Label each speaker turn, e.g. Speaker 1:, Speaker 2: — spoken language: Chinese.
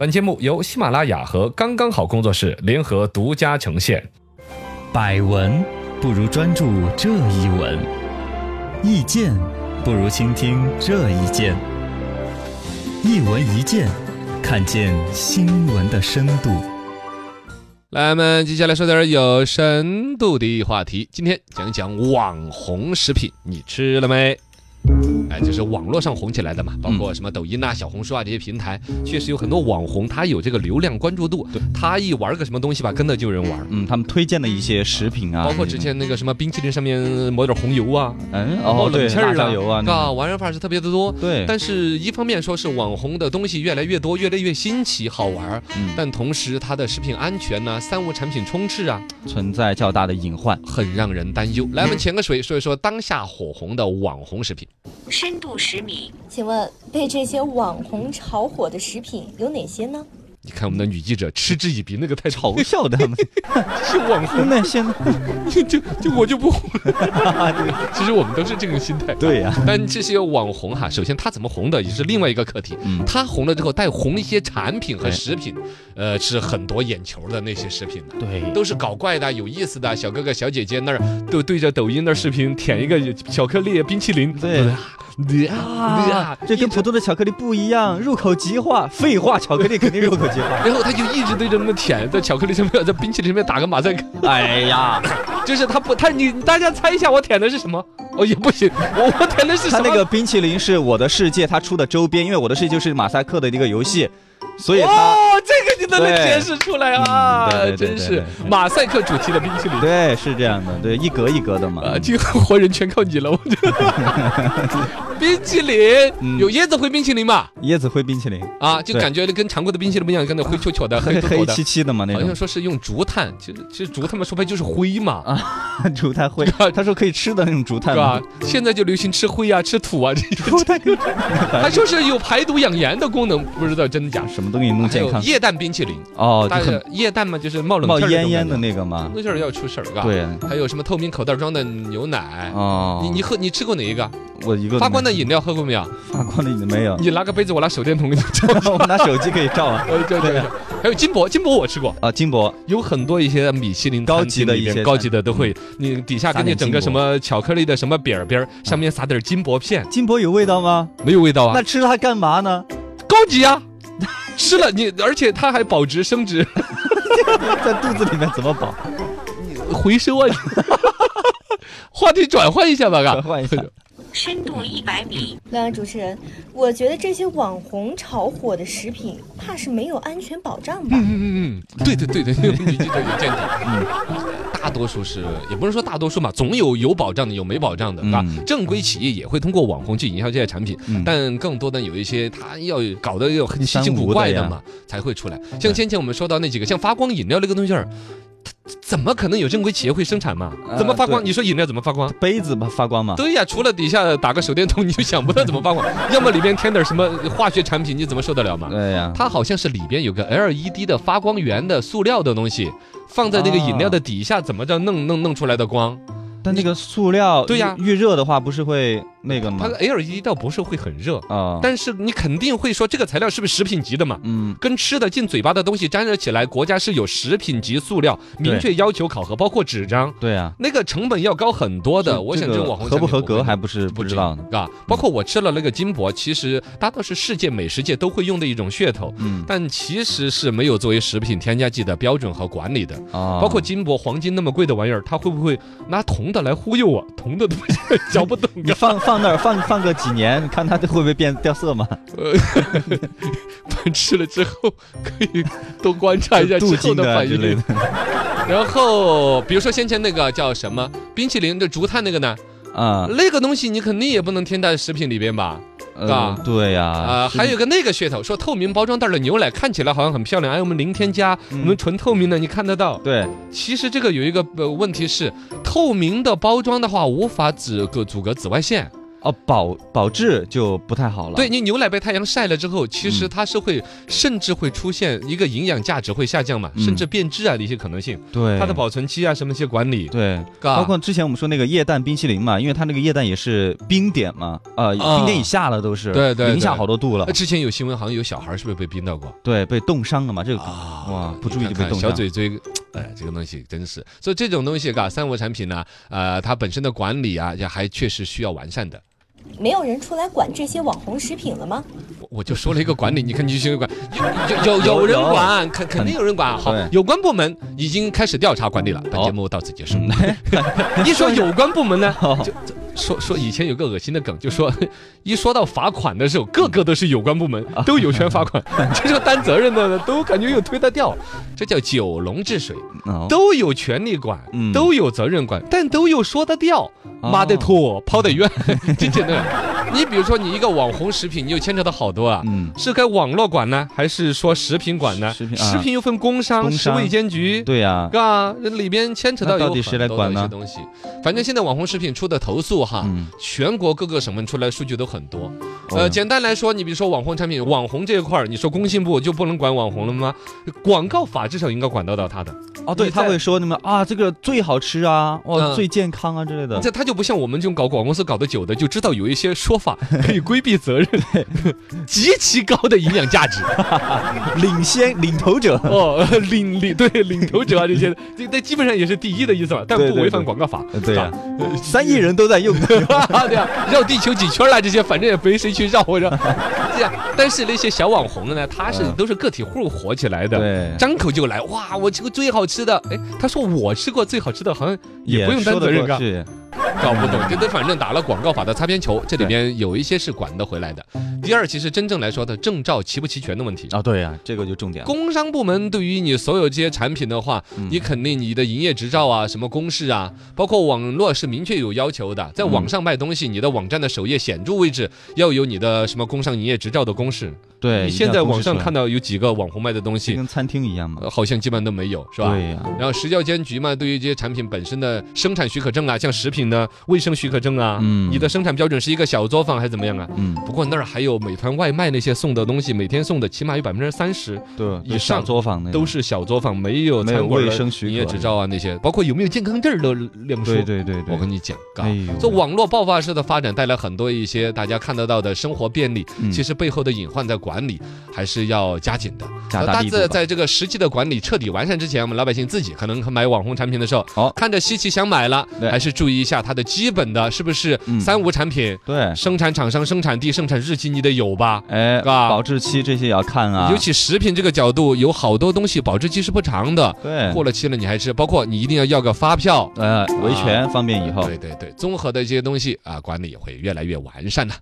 Speaker 1: 本节目由喜马拉雅和刚刚好工作室联合独家呈现。
Speaker 2: 百闻不如专注这一闻，意见不如倾听这一见。一闻一见，看见新闻的深度。
Speaker 3: 来，我们接下来说点儿有深度的话题。今天讲一讲网红食品，你吃了没？哎，就是网络上红起来的
Speaker 1: 嗯
Speaker 3: 嘛，包括什么抖音啊、小红书啊这些平台，确实有很多网红，他有这个流量关注度，他一玩个什么东西吧，跟着就有人玩。
Speaker 2: 嗯，他们推荐的一些食品啊，
Speaker 3: 包括之前那个什么冰淇淋上面抹点红油啊，
Speaker 2: 嗯
Speaker 3: 然后
Speaker 2: 哦对
Speaker 3: 冷气
Speaker 2: 辣
Speaker 3: 儿
Speaker 2: 椒油啊，那
Speaker 3: 啊，玩法是特别的多。
Speaker 2: 对，
Speaker 3: 但是，一方面说是网红的东西越来越多，越来越新奇好玩儿，
Speaker 2: 嗯，
Speaker 3: 但同时它的食品安全呐、三无产品充斥啊，
Speaker 2: 存在较大的隐患。
Speaker 3: 很让人担
Speaker 2: 嗯
Speaker 3: 忧。来，我们潜个水，说一说当下火红的网红食品。
Speaker 4: 深度十米，
Speaker 5: 请问被这些网红炒火的食品有哪些呢？
Speaker 3: 你看我们的女记者嗤之以鼻，那个太吵
Speaker 2: 不
Speaker 3: 了，
Speaker 2: 笑的他们
Speaker 3: 是网红，
Speaker 2: 那些呢，
Speaker 3: 就就就我就不红。 其实我们都是这个心态。
Speaker 2: 对啊呀，
Speaker 3: 但这些网红哈，首先他怎么红的也是另外一个课题。
Speaker 2: 嗯
Speaker 3: 他红了之后，带红一些产品和食品，呃，是很多眼球的那些食品的。
Speaker 2: 对
Speaker 3: 都是搞怪的、有意思的小哥哥、小姐姐那儿都对着抖音那儿视频舔一个巧克力冰淇淋，
Speaker 2: 对
Speaker 3: 啊，对啊，对啊，
Speaker 2: 这跟普通的巧克力不一样，入口即化。废话，巧克力肯定入口即化。
Speaker 3: 然后他就一直对着那么舔，在巧克力上面，在冰淇淋上面打个马赛克，
Speaker 2: 哎呀，
Speaker 3: 就是他不，他你大家猜一下我舔的是什么？哦，也不行，我我舔的是
Speaker 2: 他
Speaker 3: 什么？
Speaker 2: 那个冰淇淋是《我的世界》他出的周边，因为《我的世界》就是马赛克的一个游戏，所以他、
Speaker 3: 哦，这个你都能
Speaker 2: 对
Speaker 3: 解释出来啊
Speaker 2: 嗯对对，对
Speaker 3: 真
Speaker 2: 对
Speaker 3: 是
Speaker 2: 对对
Speaker 3: 马赛克主题的冰淇 淋。
Speaker 2: 对是这样的，对一格一格的嘛。
Speaker 3: 啊，这个活人全靠你了，我觉得。 冰淇淋、
Speaker 2: 嗯
Speaker 3: 有椰子灰冰淇淋嘛？
Speaker 2: 椰子灰冰淇淋，
Speaker 3: 啊，就
Speaker 2: 对
Speaker 3: 感觉跟常规的冰淇淋不一样，跟那灰球球的、
Speaker 2: 黑
Speaker 3: 黑坨坨
Speaker 2: 黑
Speaker 3: 的
Speaker 2: 漆。漆的嘛那
Speaker 3: 好像
Speaker 2: 种，
Speaker 3: 说是用竹炭，其实其实竹炭嘛，说白就是灰嘛，
Speaker 2: 啊 竹炭灰
Speaker 3: 对啊。
Speaker 2: 他说可以吃的那种竹炭
Speaker 3: 是
Speaker 2: 嘛
Speaker 3: 吧，？现在就流行吃灰啊、吃土啊，这
Speaker 2: 竹炭跟
Speaker 3: 还说是有排毒养颜的功能，不知道真的假。
Speaker 2: 什么都给你弄
Speaker 3: 还
Speaker 2: 健
Speaker 3: 有
Speaker 2: 康
Speaker 3: 液氮冰淇淋，
Speaker 2: 哦，就
Speaker 3: 大
Speaker 2: 很
Speaker 3: 家液氮嘛，就是冒冷
Speaker 2: 冒
Speaker 3: 气儿那
Speaker 2: 烟
Speaker 3: 种
Speaker 2: 烟的
Speaker 3: 感觉，
Speaker 2: 那个嘛。
Speaker 3: 那就是要出事儿，嘎。
Speaker 2: 对，
Speaker 3: 还有什么透明口袋装的牛奶？
Speaker 2: 哦，
Speaker 3: 你你喝你吃过哪一个？
Speaker 2: 我一个
Speaker 3: 发光的
Speaker 2: 没
Speaker 3: 饮料喝过没有？，
Speaker 2: 发光的饮没有
Speaker 3: 你拿个杯子，我拿手电筒给你哦照。
Speaker 2: 我拿手机可以照啊。
Speaker 3: 呃，对对对。还有金箔，金箔我吃过，
Speaker 2: 啊，金箔
Speaker 3: 有很多一些米其林
Speaker 2: 高级的
Speaker 3: 餐厅里
Speaker 2: 一些
Speaker 3: 边高级的都会，你底下给你整个什么巧克力的什么饼儿边儿，
Speaker 2: 嗯
Speaker 3: 上面撒点儿金箔片，
Speaker 2: 金箔有味道吗？
Speaker 3: 没有味道啊
Speaker 2: 那，吃它干嘛呢？
Speaker 3: 高级啊。 吃了你，而且它还保值升值，
Speaker 2: 在肚子里面怎么饱？
Speaker 3: 回收啊！ 话题转换一下吧，
Speaker 2: 转
Speaker 3: 嘎。
Speaker 2: 换一下，
Speaker 4: 深度一百米，
Speaker 5: 两位主持人，我觉得这些网红炒火的食品，怕是没有安全保障吧？
Speaker 3: 嗯嗯嗯，对对对对，你这个有见解。嗯，大多数是也不是说大多数嘛，总有有保障的，有没保障的，
Speaker 2: 嗯
Speaker 3: 啊。正规企业也会通过网红去营销这些产品，
Speaker 2: 嗯
Speaker 3: 但更多的有一些它要搞得有很稀
Speaker 2: 三
Speaker 3: 奇
Speaker 2: 无
Speaker 3: 古怪
Speaker 2: 的
Speaker 3: 的
Speaker 2: 呀
Speaker 3: 嘛，才会出来。像先前我们说到那几个，像发光饮料那个东西儿。它怎么可能有正规企业会生产嘛？怎么发光？
Speaker 2: 呃对
Speaker 3: 你说饮料怎么发光？
Speaker 2: 杯子吧发光嘛。
Speaker 3: 对呀，除了底下打个手电筒，你就想不到怎么发 光。要么里边添点什么化学产品，你怎么受得了嘛？
Speaker 2: 对呀，
Speaker 3: 它好像是里边有个 LED 的发光源的塑料的东西，放在那个
Speaker 2: 啊
Speaker 3: 饮料的底下，怎么着弄弄弄出来的光？
Speaker 2: 但那个塑料，
Speaker 3: 对呀
Speaker 2: 预热的话不是会那个吗
Speaker 3: 它？LED 倒不是会很热，
Speaker 2: 啊，
Speaker 3: 但是你肯定会说这个材料是不是食品级的嘛？
Speaker 2: 嗯，
Speaker 3: 跟吃的进嘴巴的东西粘热起来，国家是有食品级塑料明确要求考核，包括纸张，
Speaker 2: 对呀，
Speaker 3: 那个成本要高很多的。
Speaker 2: 这
Speaker 3: 我想
Speaker 2: 这
Speaker 3: 这
Speaker 2: 个
Speaker 3: 个网红
Speaker 2: 合不
Speaker 3: 产品
Speaker 2: 合
Speaker 3: 我
Speaker 2: 格
Speaker 3: 会
Speaker 2: 还不是不知道呢。
Speaker 3: 啊。包括我吃了那个金箔，其实它都是世界美食界都会用的一种噱头，
Speaker 2: 嗯，
Speaker 3: 但其实是没有作为食品添加剂的标准和管理的。
Speaker 2: 啊，
Speaker 3: 包括金箔、黄金那么贵的玩意儿，他会不会拿铜的来忽悠我？铜的东西 嚼不动
Speaker 2: 你放放那儿放放个几年，看它会不会变 掉色嘛？
Speaker 3: 啊，吃了之后可以多观察一下
Speaker 2: 镀
Speaker 3: 之后
Speaker 2: 金
Speaker 3: 的
Speaker 2: 的
Speaker 3: 反
Speaker 2: 之类
Speaker 3: 应
Speaker 2: 的。。
Speaker 3: 然后，比如说先前那个叫什么冰淇淋的竹炭那个呢，
Speaker 2: 啊，
Speaker 3: 那个东西你肯定也不能添在食品里边吧？
Speaker 2: 呃对呀，
Speaker 3: 啊，
Speaker 2: 是
Speaker 3: 还有个那个噱头，说透明包装袋的牛奶看起来好像很漂亮，哎，我们零添加，我
Speaker 2: 嗯
Speaker 3: 们纯透明的，你看得到。
Speaker 2: 对，
Speaker 3: 其实这个有一个呃问题是，透明的包装的话无法阻隔阻隔紫外线。
Speaker 2: 哦，保保质就不太好了。
Speaker 3: 对，你牛奶被太阳晒了之后，其
Speaker 2: 嗯
Speaker 3: 实它是会，甚至会出现一个营养价值会下降嘛，
Speaker 2: 嗯
Speaker 3: 甚至变质啊的一些可能性。
Speaker 2: 对，
Speaker 3: 它的保存期啊，什么一些管理，啊
Speaker 2: 对，
Speaker 3: 嘎
Speaker 2: 包括之前我们说那个液氮冰淇淋嘛，因为它那个液氮也是冰点嘛，呃，
Speaker 3: 啊
Speaker 2: 冰点以下了都是，
Speaker 3: 对对对
Speaker 2: 零下好多度了
Speaker 3: 呃，之前有新闻，好像有小孩是不是被冰到过？
Speaker 2: 对，被冻伤了嘛，这个
Speaker 3: 啊
Speaker 2: 哇不注意
Speaker 3: 你看
Speaker 2: 就被
Speaker 3: 看
Speaker 2: 冻
Speaker 3: 小
Speaker 2: 伤
Speaker 3: 嘴嘴，哎，这个东西真是，所以这种东西，嘎，三无产品呢，呃，它本身的管理啊，也还确实需要完善的。
Speaker 5: 没有人出来管这些网红食品了吗？
Speaker 3: 我我就说了一个管理，你看你去管， 有有有有人管，肯肯定有人管。好
Speaker 2: 对，
Speaker 3: 有关部门已经开始调查管理了。本
Speaker 2: 好
Speaker 3: 节目到此结束。
Speaker 2: 哦
Speaker 3: 一说有关部门 呢，就就说说以前有个恶心的梗，就说 一说到罚款的时候，个个都是有关部门
Speaker 2: 啊
Speaker 3: 都有权罚 款，这个担责任的呢都感觉有推得掉，这叫九龙治水，
Speaker 2: 哦
Speaker 3: 都有权利管
Speaker 2: 嗯，哦
Speaker 3: 都有责任管，但都有说得掉，妈得妥，抛得远， 这真的。你比如说，你一个网红食品，你又牵扯到好多啊。
Speaker 2: 嗯，
Speaker 3: 是该网络管呢，还是说食品管呢？
Speaker 2: 食食品啊
Speaker 3: 食品又分工商、
Speaker 2: 工
Speaker 3: 食
Speaker 2: 商嗯
Speaker 3: 卫监局，
Speaker 2: 对呀、
Speaker 3: 啊，那里边牵扯到
Speaker 2: 那
Speaker 3: 有
Speaker 2: 到底
Speaker 3: 很
Speaker 2: 谁来
Speaker 3: 多
Speaker 2: 管
Speaker 3: 的一
Speaker 2: 呢
Speaker 3: 些东西。反正现在网红食品出的投诉哈，
Speaker 2: 嗯
Speaker 3: 全国各个省份出来数据都很多。
Speaker 2: 哦
Speaker 3: 呃，简单来说，你比如说网红产品、网红这一块儿，你说工信部就不能管网红了吗？广告法至少应该管得到他的。
Speaker 2: 哦，对，
Speaker 3: 你
Speaker 2: 他
Speaker 3: 在
Speaker 2: 会说你们啊，这个最好吃啊，哦，
Speaker 3: 嗯
Speaker 2: 最健康啊之类的。
Speaker 3: 这他就不像我们这种搞广告公司搞得久的，就知道有一些说 法可以规避责任， 极其高的营养价值
Speaker 2: 领先领头者，
Speaker 3: 哦， 领领对领头者啊这些，这这基本上也是第一的意思嘛，但
Speaker 2: 对
Speaker 3: 不
Speaker 2: 对
Speaker 3: 违反
Speaker 2: 对
Speaker 3: 广告法。
Speaker 2: 对 呀、
Speaker 3: 啊
Speaker 2: 三亿人都在用
Speaker 3: 对啊，绕地球几圈了，这些反正也没谁去绕或者 这样。但是那些小网红呢，他是
Speaker 2: 嗯
Speaker 3: 都是个体户火起来的。
Speaker 2: 对，
Speaker 3: 张口就来，哇！我吃过最好吃的，哎，他说我吃过最好吃的，好像也不用担
Speaker 2: 说得
Speaker 3: 责任，啊
Speaker 2: 过
Speaker 3: 嘎，
Speaker 2: 去
Speaker 3: 搞不懂，这都反正打了广告法的擦边球，这里边有一些是管得回来的。第二，其实真正来说的证照齐不齐全的问题。
Speaker 2: 啊，对呀、这个就重点了。
Speaker 3: 工商部门对于你所有这些产品的话，
Speaker 2: 嗯
Speaker 3: 你肯定你的营业执照啊、什么公示啊，包括网络是明确有要求的。
Speaker 2: 嗯
Speaker 3: 在网上卖东西，你的网站的首页显著位置要有你的什么工商营业执照的公示。
Speaker 2: 对，
Speaker 3: 你现在网上看
Speaker 2: 到
Speaker 3: 到有几个网红卖的东西，
Speaker 2: 跟餐厅一样嘛，
Speaker 3: 呃好像基本上都没有，是吧？
Speaker 2: 对呀、
Speaker 3: 然后食药监局嘛，对于这些产品本身的生产许可证啊，像食品的卫生许可证啊，
Speaker 2: 嗯
Speaker 3: 你的生产标准是一个小作坊还是怎么样啊？
Speaker 2: 嗯，
Speaker 3: 不过那儿还有美团外卖那些送的东西，每天送的起码有百分之三十
Speaker 2: 对，
Speaker 3: 以上
Speaker 2: 作坊那种
Speaker 3: 都是小作坊，没有
Speaker 2: 嗯没有
Speaker 3: 餐馆
Speaker 2: 卫
Speaker 3: 的
Speaker 2: 生许可
Speaker 3: 营业执照啊那些，包括有没有健康证儿都两说。
Speaker 2: 对对对对，
Speaker 3: 我跟你讲，嘎
Speaker 2: 哎呦，
Speaker 3: 这网络爆发式的发展带来很多一些大家看得到的生活便利，
Speaker 2: 嗯
Speaker 3: 其实背后的隐患在管理还是要加紧的。
Speaker 2: 加
Speaker 3: 那
Speaker 2: 大
Speaker 3: 大
Speaker 2: 力
Speaker 3: 致
Speaker 2: 度吧。
Speaker 3: 在这个实际的管理彻底完善之前，我们老百姓自己可能买网红产品的时候，
Speaker 2: 好
Speaker 3: 看着稀奇想买了，
Speaker 2: 哦对
Speaker 3: 还是注意一下它的基本的是不是
Speaker 2: 嗯哎
Speaker 3: 三无产品，
Speaker 2: 对，
Speaker 3: 生产厂商、生产地、生产日期你得有吧。
Speaker 2: 哎，
Speaker 3: 嘎
Speaker 2: 保质期这些也要看啊，
Speaker 3: 尤其食品这个角度，有好多东西保质期是不长的，
Speaker 2: 对，
Speaker 3: 过了期了你还吃，包括你一定要要个发票。
Speaker 2: 呃维
Speaker 3: 啊
Speaker 2: 权方便以后。
Speaker 3: 对对对，综合的一些东西啊，管理也会越来越完善的。